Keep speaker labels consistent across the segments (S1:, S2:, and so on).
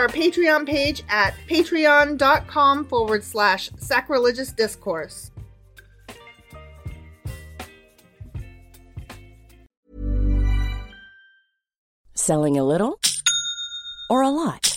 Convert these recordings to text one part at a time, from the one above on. S1: our Patreon page at patreon.com forward slash sacrilegious discourse.
S2: Selling a little or a lot?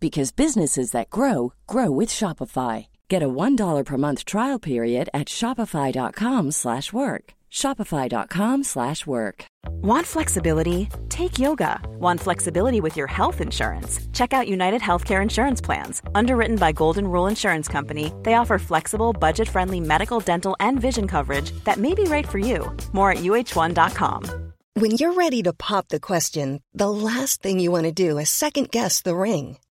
S2: because businesses that grow grow with Shopify. Get a $1 per month trial period at shopify.com/work. slash work. shopify.com/work. slash work.
S3: Want flexibility? Take yoga. Want flexibility with your health insurance? Check out United Healthcare Insurance Plans. Underwritten by Golden Rule Insurance Company, they offer flexible, budget friendly medical, dental, and vision coverage that may be right for you. More at uh1.com.
S4: When you're ready to pop the question, the last thing you want to do is second guess the ring.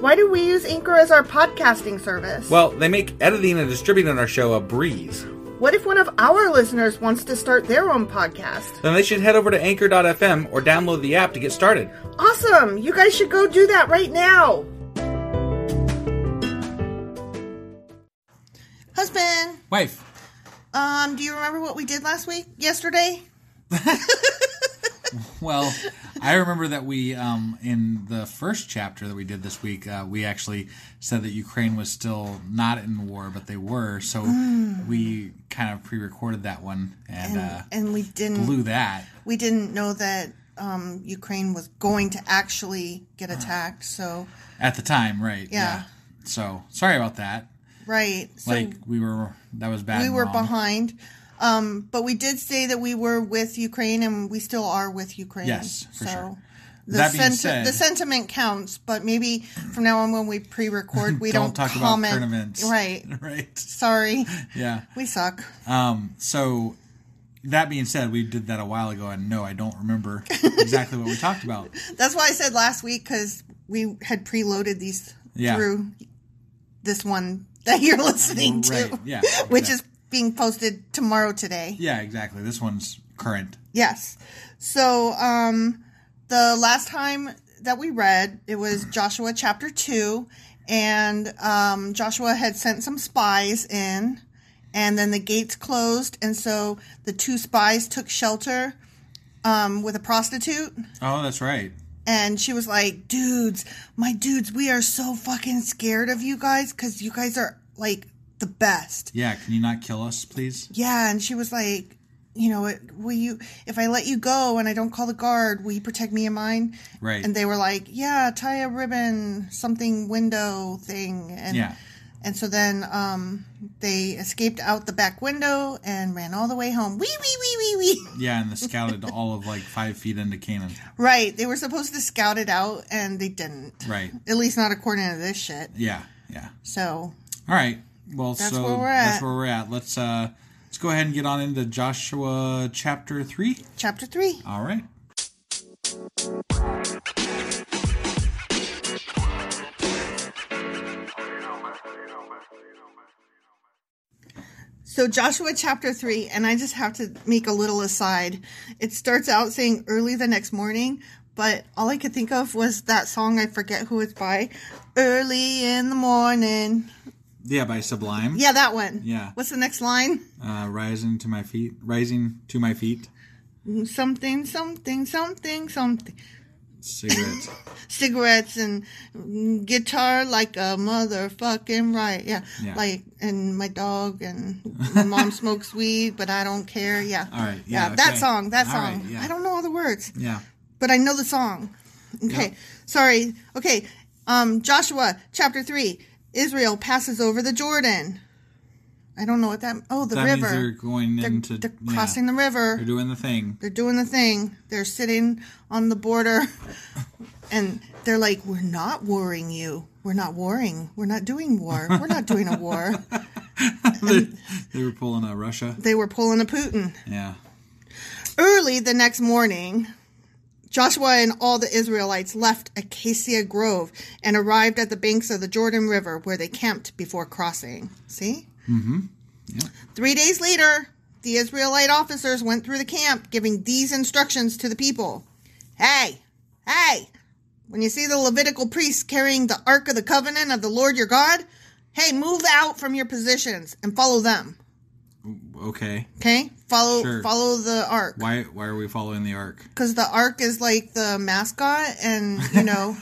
S1: Why do we use Anchor as our podcasting service?
S5: Well, they make editing and distributing our show a breeze.
S1: what if one of our listeners wants to start their own podcast?
S5: Then they should head over to anchor.fm or download the app to get started.
S1: Awesome! You guys should go do that right now! Husband,
S5: Wife,
S1: um, do you remember what we did last week? Yesterday?
S6: Well, I remember that we, um, in the first chapter that we did this week, uh, we actually said that Ukraine was still not in war, but they were. So we kind of pre recorded that one and, uh,
S1: Mm. And we didn't
S6: blew that.
S1: we didn't know that um, Ukraine was going to actually get attacked. So
S6: At the time, right?
S1: Yeah.
S6: So sorry about that.
S1: right, so
S6: Like, we were, that was bad.
S1: we
S6: and
S1: were
S6: wrong.
S1: behind. Um, but we did say that we were with Ukraine, and we still are with Ukraine.
S6: Yes, for
S1: so
S6: sure.
S1: The,
S6: That being
S1: senti-
S6: said-
S1: the sentiment counts, but maybe from now on when we pre-record, we
S6: Don't
S1: don't,
S6: talk about
S1: comment.
S6: current events.
S1: Right?
S6: Right.
S1: Sorry,
S6: Yeah.
S1: we suck.
S6: Um, so that being said, we did that a while ago, and no, I don't remember exactly what we talked about.
S1: That's why I said last week because we had preloaded these
S6: Yeah.
S1: through this one that you're listening to,
S6: Right, yeah,
S1: which
S6: exactly.
S1: is being posted tomorrow today.
S6: Yeah, exactly. This one's current.
S1: Yes. So um, the last time that we read, it was Joshua chapter 2, and um, Joshua had sent some spies in, and then the gates closed, and so the two spies took shelter um, with a prostitute.
S6: Oh, that's right.
S1: And she was like, dudes, my dudes, we are so fucking scared of you guys because you guys are like the best.
S6: Yeah, can you not kill us, please?
S1: Yeah, and she was like, you know, it- will you if I let you go and I don't call the guard, will you protect me and mine?
S6: Right.
S1: And they were like, yeah, tie a ribbon, something window thing, and
S6: Yeah.
S1: and so then um, they escaped out the back window and ran all the way home. Wee wee wee wee wee.
S6: Yeah, and they scouted all of like five feet into Canaan.
S1: Right, they were supposed to scout it out and they didn't.
S6: Right.
S1: At least not according to this shit.
S6: Yeah, yeah.
S1: So
S6: All right. Well, so
S1: where we're
S6: that's
S1: at.
S6: where we're at. Let's uh let's go ahead and get on into Joshua chapter three.
S1: chapter three.
S6: All right.
S1: So Joshua chapter 3 and I just have to make a little aside. It starts out saying early the next morning, but all I could think of was that song I forget who it's by, early in the morning.
S6: Yeah, by Sublime.
S1: Yeah, that one.
S6: Yeah.
S1: What's the next line?
S6: Uh, rising to my feet. Rising to my feet.
S1: Something something something something.
S6: Cigarette.
S1: Cigarettes and mm, guitar like a motherfucking right. Yeah.
S6: Yeah.
S1: Like and my dog and my mom smokes weed, but I don't care. Yeah.
S6: All right, yeah,
S1: that
S6: okay.
S1: song, that
S6: All
S1: song.
S6: right, yeah.
S1: I don't know all the words.
S6: yeah.
S1: but I know the song. Okay, sorry. Okay, um, Joshua chapter three. Israel passes over the Jordan. I don't know what that. Oh, the
S6: that
S1: river.
S6: means they're going
S1: They're-
S6: into
S1: they're
S6: yeah.
S1: crossing the river.
S6: They're doing the thing.
S1: They're doing the thing. They're sitting on the border, and they're like, "We're not warring you. We're not warring. We're not doing war. We're not doing a war."
S6: They were pulling a Russia.
S1: They were pulling a Putin.
S6: Yeah.
S1: Early the next morning, Joshua and all the Israelites left Acacia Grove and arrived at the banks of the Jordan River where they camped before crossing. See? Mm hmm.
S6: Mm-hmm.
S1: Three days later, the Israelite officers went through the camp giving these instructions to the people Hey, hey, when you see the Levitical priests carrying the Ark of the Covenant of the Lord your God, hey, move out from your positions and follow them.
S6: Okay.
S1: Okay? Follow
S6: Sure.
S1: follow the ark
S6: Why why are we following the ark?
S1: because the ark is like the mascot and you know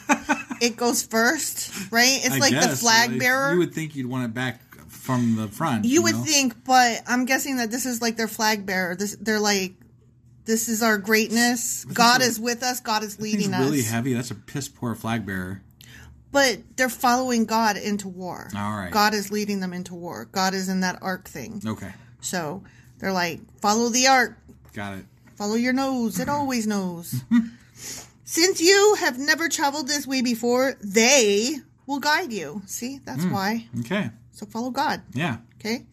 S1: it goes first right it's
S6: I
S1: like the
S6: guess,
S1: flag
S6: like,
S1: bearer
S6: You would think you'd want it back from the front. You, know?
S1: think but i'm guessing that this is like their flag bearer this they're like this is our greatness god is with us god is
S6: That thing's
S1: leading us
S6: really heavy. That's a piss poor flag bearer.
S1: but they're following god into war
S6: All right.
S1: god is leading them into war god is in that ark thing
S6: Okay,
S1: so they're like follow the ark
S6: got it.
S1: Follow your nose. It always knows. Since you have never traveled this way before, they will guide you. See, that's
S6: Hmm.
S1: why.
S6: Okay,
S1: So follow God.
S6: yeah,
S1: Okay.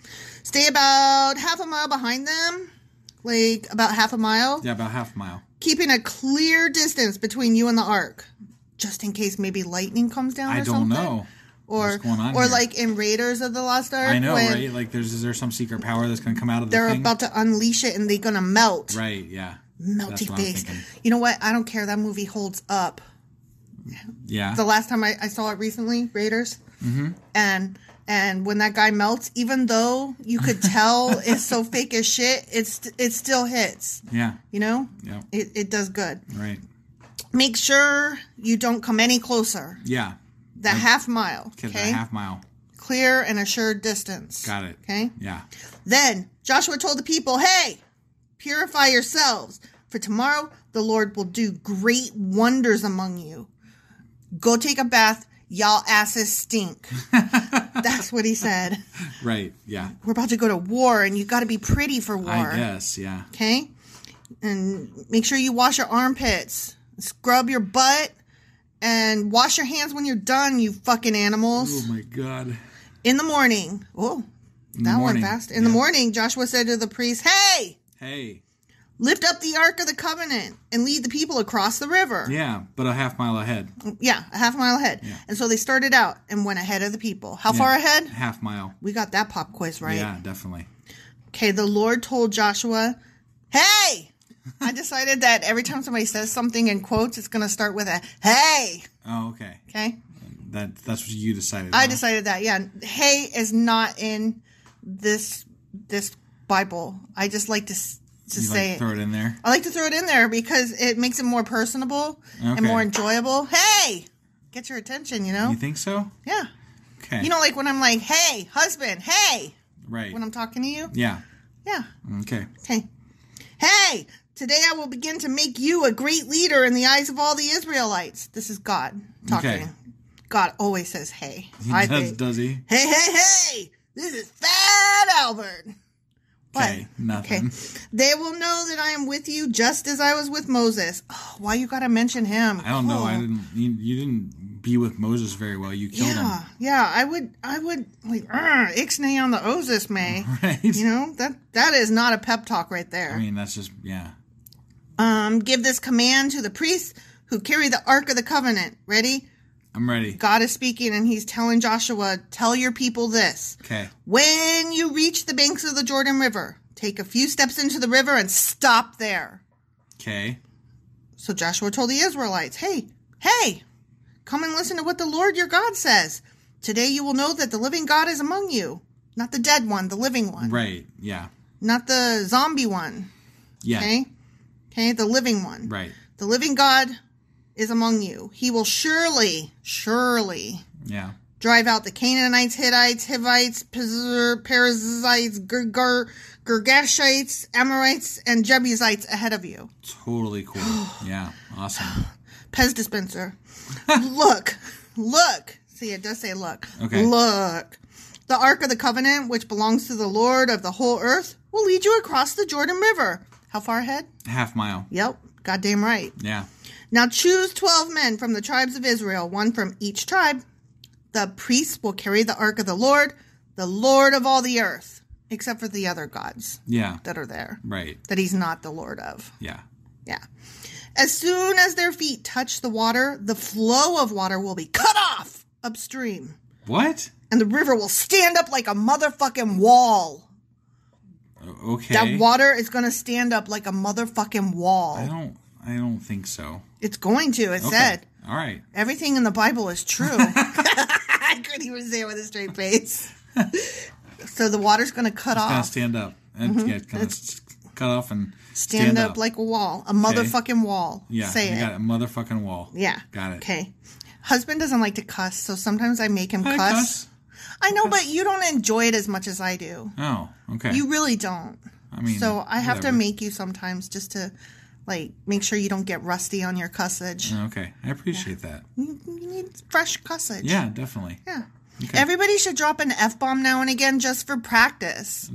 S1: Stay about half a mile behind them, like about half a mile,
S6: yeah, about half a mile.
S1: keeping a clear distance between you and the ark, just in case maybe lightning comes down.
S6: I
S1: or
S6: don't
S1: something.
S6: know.
S1: Or,
S6: What's going on
S1: or
S6: here?
S1: like in Raiders of the Lost Ark,
S6: I know,
S1: when
S6: right? Like, there's is there some secret power that's going to come out of the
S1: they're
S6: thing?
S1: about to unleash it and they're gonna melt.
S6: right, yeah, That's
S1: Melty
S6: what I'm
S1: face.
S6: thinking.
S1: You know what? I don't care. That movie holds up.
S6: yeah.
S1: the last time I, I saw it recently, Raiders, mm-hmm. and and when that guy melts, even though you could tell it's so fake as shit, it's it still hits.
S6: yeah,
S1: You know,
S6: Yeah.
S1: it it does good.
S6: right,
S1: Make sure you don't come any closer.
S6: yeah.
S1: The half mile,
S6: Okay,
S1: okay,
S6: half mile.
S1: clear and assured distance.
S6: Got it.
S1: Okay.
S6: Yeah.
S1: Then Joshua told the people, Hey, purify yourselves, for tomorrow the Lord will do great wonders among you. Go take a bath, y'all asses stink. That's what he said.
S6: Right. Yeah.
S1: We're about to go to war, and you got to be pretty for war.
S6: I guess. Yeah.
S1: Okay? And make sure you wash your armpits, scrub your butt, and wash your hands when you're done, you fucking animals.
S6: Oh my god.
S1: In the morning, oh,
S6: In the
S1: that went
S6: morning.
S1: fast. In the
S6: Yeah.
S1: morning, Joshua said to the priest, Hey,
S6: Hey.
S1: Lift up the Ark of the Covenant and lead the people across the river.
S6: Yeah, but a half mile ahead.
S1: Yeah, a half mile ahead. And so they started out and went ahead of the people. How far ahead?
S6: Half mile.
S1: We got that pop quiz right.
S6: Yeah, definitely.
S1: Okay, the Lord told Joshua, Hey! I decided that every time somebody says something in quotes, it's going to start with a hey.
S6: Oh, okay.
S1: Okay?
S6: That that's what you decided.
S1: I
S6: huh?
S1: decided that, yeah. Hey is not in this this Bible. I just like to, s- to
S6: you
S1: say
S6: like throw it in there.
S1: I like to throw it in there because it makes it more personable and
S6: Okay.
S1: more enjoyable. Hey! Get your attention, you know?
S6: You think so?
S1: yeah.
S6: Okay.
S1: Uh-huh. You know, like when I'm like, hey, husband, hey,
S6: right.
S1: when I'm talking to you?
S6: yeah.
S1: Yeah.
S6: Okay.
S1: Okay. Hey, today I will begin to make you a great leader in the eyes of all the Israelites. This is God talking.
S6: Okay.
S1: God always says, hey.
S6: He
S1: I
S6: does,
S1: think.
S6: does he?
S1: Hey, hey, hey, this is Fat Albert. What?
S6: Okay. Nothing.
S1: Okay.
S6: Mm-hmm.
S1: They will know that I am with you just as I was with Moses. Oh, why you got to mention him?
S6: I don't know. I
S1: Cool.
S6: didn't. You, you didn't be with Moses very well. You killed
S1: Yeah,
S6: him.
S1: yeah, I would, I would like "Arr, ixnay on the osis, may. You know that that is not a pep talk right there.
S6: I mean, that's just yeah.
S1: um, give this command to the priests who carry the ark of the covenant. Ready?
S6: I'm ready.
S1: God is speaking, and He's telling Joshua, "Tell your people this:
S6: Okay.
S1: when you reach the banks of the Jordan River, take a few steps into the river and stop there."
S6: Okay.
S1: So Joshua told the Israelites, Hey, hey, come and listen to what the Lord your God says. Today you will know that the living God is among you. Not the dead one, the living one.
S6: Right. Yeah.
S1: Not the zombie one.
S6: Yeah.
S1: Okay? Okay, the living one.
S6: Right.
S1: The living God is among you. He will surely, surely
S6: Yeah.
S1: drive out the Canaanites, Hittites, Hivites, Pizzer- Perizzites, Ger- Ger- Girgashites, Amorites, and Jebusites ahead of you.
S6: Totally cool. yeah. Awesome.
S1: Pez dispenser. look, look. See, it does say look.
S6: Okay.
S1: Look. The Ark of the Covenant, which belongs to the Lord of the whole earth, will lead you across the Jordan River. How far ahead?
S6: Half mile.
S1: Yep, goddamn right.
S6: Yeah.
S1: Now choose 12 men from the tribes of Israel, one from each tribe. The priests will carry the Ark of the Lord, the Lord of all the earth, except for the other gods
S6: Yeah.
S1: that are there,
S6: Right.
S1: that he's not the Lord of.
S6: Yeah.
S1: Yeah. As soon as their feet touch the water, the flow of water will be cut off upstream,
S6: What?
S1: and the river will stand up like a motherfucking wall.
S6: O- Okay.
S1: That water is going to stand up like a motherfucking
S6: I
S1: wall.
S6: don't. I don't think so.
S1: It's going to, it
S6: Okay.
S1: said.
S6: All right.
S1: Everything in the Bible is true. I couldn't even say it with a straight face. so the water's going to cut
S6: Kind
S1: off,
S6: of stand up. And yeah, kind of cut off and
S1: Mm-hmm. stand, up, like a wall, a motherfucking wall.
S6: yeah.
S1: say
S6: you
S1: it.
S6: got it. Motherfucking wall.
S1: Yeah.
S6: Got it.
S1: Okay. Husband doesn't like to cuss, so sometimes I make him
S6: I
S1: cuss.
S6: cuss.
S1: I know, but you don't enjoy it as much as I do.
S6: Oh. Okay.
S1: You really don't.
S6: I mean.
S1: so I have to
S6: whatever.
S1: make you sometimes just to like make sure you don't get rusty on your cussage.
S6: Okay. I appreciate that.
S1: You, you need fresh cussage.
S6: Yeah. Definitely.
S1: Yeah. Everybody should drop an F bomb now and again just for practice.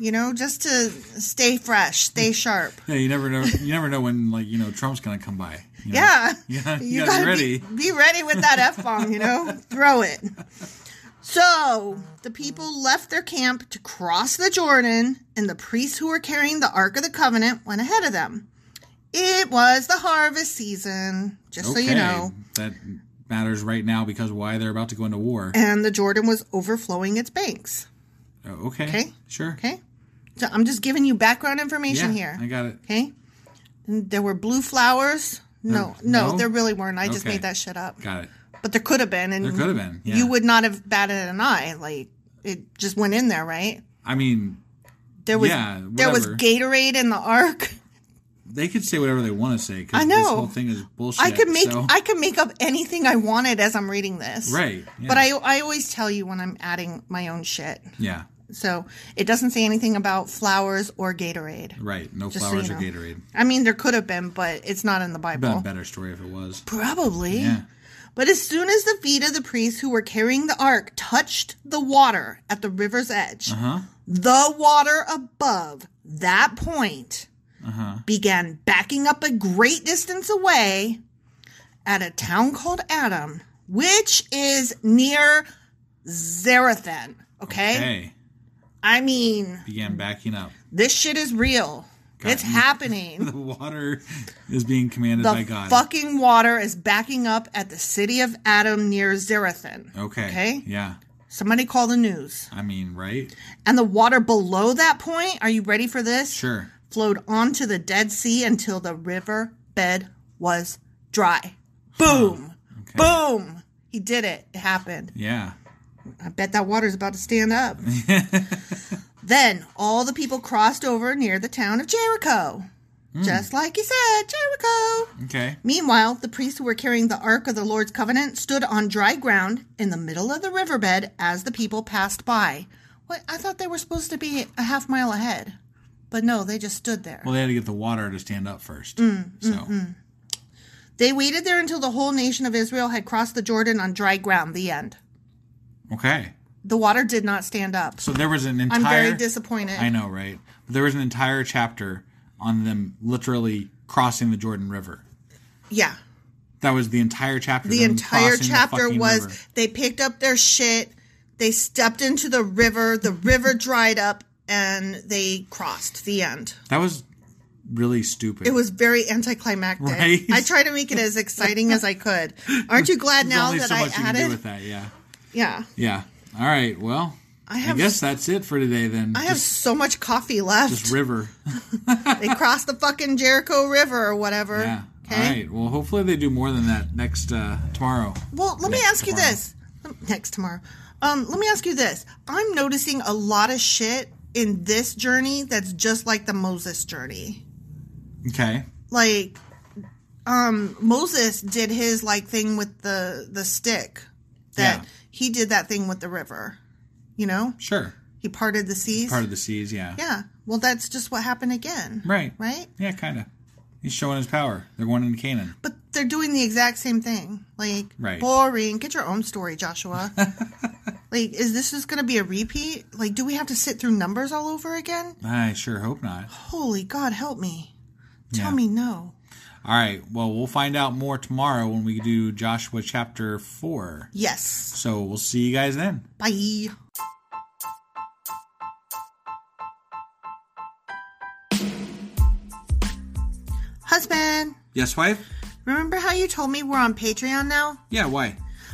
S1: you know, just to stay fresh, stay sharp.
S6: Yeah, you never know. You never know when, like, you know, Trump's gonna come by. you know?
S1: Yeah.
S6: Yeah, you
S1: You
S6: gotta
S1: gotta
S6: be
S1: be-
S6: ready.
S1: Be, ready with that F bomb, you know? Throw it. So the people left their camp to cross the Jordan, and the priests who were carrying the Ark of the Covenant went ahead of them. It was the harvest season, just so you know,
S6: that matters right now because why they're about to go into war.
S1: and the Jordan was overflowing its banks.
S6: Oh, okay.
S1: Okay.
S6: Sure.
S1: Okay? So I'm just giving you background
S6: Yeah,
S1: information here.
S6: I got it.
S1: Okay? And there were blue flowers. No, no,
S6: no?
S1: there really weren't. I just
S6: Okay.
S1: made that shit up.
S6: Got it.
S1: But there could have been, and
S6: There could have been. Yeah.
S1: Mm-hmm. you would not have batted an eye. Like it just went in there, right?
S6: I mean,
S1: There was
S6: Yeah,
S1: there was
S6: whatever.
S1: Gatorade in the ark.
S6: they could say whatever they want to say. 'cause
S1: I
S6: This
S1: know.
S6: whole thing is bullshit.
S1: I could make
S6: so-
S1: I could make up anything I wanted as I'm reading this.
S6: Right, yeah.
S1: But I I always tell you when I'm adding my own shit.
S6: Yeah.
S1: So it doesn't say anything about flowers or Gatorade.
S6: Right. No
S1: Just so
S6: flowers
S1: you
S6: or
S1: know.
S6: Gatorade.
S1: I mean, there could have been, but it's not in the Bible.
S6: Been a better story if it was.
S1: Probably.
S6: Yeah.
S1: But as soon as the feet of the priests who were carrying the ark touched the water at the river's
S6: Uh-huh.
S1: edge, the water above that point
S6: Uh-huh.
S1: began backing up a great distance away at a town called Adam, which is near Zarathan. Okay?
S6: Hey,
S1: I mean,
S6: began backing up.
S1: this shit is real. It's happening.
S6: The water is being commanded by
S1: the
S6: Oh God.
S1: fucking water is backing up at the city of Adam near Zarathan.
S6: Okay.
S1: Okay.
S6: Yeah.
S1: Somebody call the news.
S6: I mean, right?
S1: And the water below that point, are you ready for this?
S6: Sure.
S1: Flowed onto the Dead Sea until the river bed was dry. Boom. Boom. He did it. It happened.
S6: Yeah.
S1: I bet that water's about to stand up. then all the people crossed over near the town of Jericho. Just like he said, Jericho.
S6: Okay.
S1: Meanwhile, the priests who were carrying the Ark of the Lord's Covenant stood on dry ground in the middle of the riverbed as the people passed by. What? I thought they were supposed to be a half mile ahead. But no, they just stood there.
S6: Well, they had to get the water to stand up first.
S1: Mm,
S6: so,
S1: They waited there until the whole nation of Israel had crossed the Jordan on dry ground. The end.
S6: okay.
S1: The water did not stand up.
S6: So there was an entire.
S1: I'm very disappointed.
S6: I know, right? But there was an entire chapter on them literally crossing the Jordan River.
S1: Yeah.
S6: That was the entire chapter.
S1: The
S6: them
S1: entire
S6: crossing the
S1: chapter
S6: fucking
S1: was
S6: river.
S1: they picked up their shit, they stepped into the river, the river dried up, and they crossed. The end.
S6: That was really stupid.
S1: It was very anticlimactic.
S6: Right?
S1: I tried to make it as exciting as I could. Aren't you glad
S6: There's
S1: now
S6: only
S1: that
S6: so
S1: I
S6: much you can do
S1: added?
S6: with that. Yeah.
S1: Yeah.
S6: Yeah. All right. Well,
S1: I
S6: I,
S1: have-
S6: guess that's it for today then.
S1: I have
S6: just,
S1: so much coffee left.
S6: just river.
S1: they crossed the fucking Jericho River or whatever.
S6: Yeah.
S1: Okay.
S6: All right. Well, hopefully they do more than that next uh, tomorrow.
S1: Well, let me
S6: Next
S1: ask you
S6: tomorrow.
S1: this. Um, Next tomorrow. Um, let me ask you this. I'm noticing a lot of shit in this journey that's just like the Moses journey.
S6: Okay.
S1: Like um Moses did his like thing with the the stick that
S6: Yeah.
S1: he did that thing with the river. You know?
S6: Sure.
S1: He parted the seas.
S6: Part of the seas. Yeah.
S1: yeah. Well, that's just what happened again.
S6: Right.
S1: Right?
S6: Yeah. Kind of. He's showing his power. They're going into Canaan.
S1: But they're doing the exact same thing. Like
S6: Right.
S1: boring. Get your own story, Joshua. like, is this just gonna be a repeat? Like, do we have to sit through numbers all over again?
S6: I sure hope not.
S1: Holy God, help me. Tell
S6: Yeah.
S1: me no.
S6: All right. Well, we'll find out more tomorrow when we do Joshua chapter 4.
S1: Yes.
S6: So we'll see you guys then.
S1: Bye. Husband,
S6: Yes, wife?
S1: remember how you told me we're on Patreon now?
S6: Yeah, why?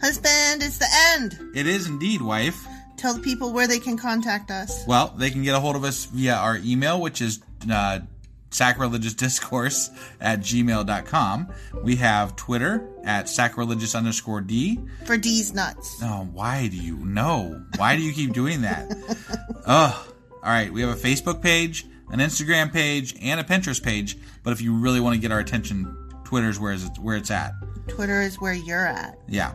S1: Husband, it's the end.
S6: It is indeed, wife.
S1: Tell the people where they can contact us.
S6: Well, they can get a hold of us via our email, which is uh, sacrilegiousdiscourse at gmail.com. We have Twitter at sacrilegious underscore D.
S1: For D's nuts.
S6: Oh, why do you know? Why do you keep doing that? Ugh. All right, we have a Facebook page, an Instagram page, and a Pinterest page. But if you really want to get our attention, Twitter's where is it, where it's at.
S1: Twitter is where you're at.
S6: Yeah,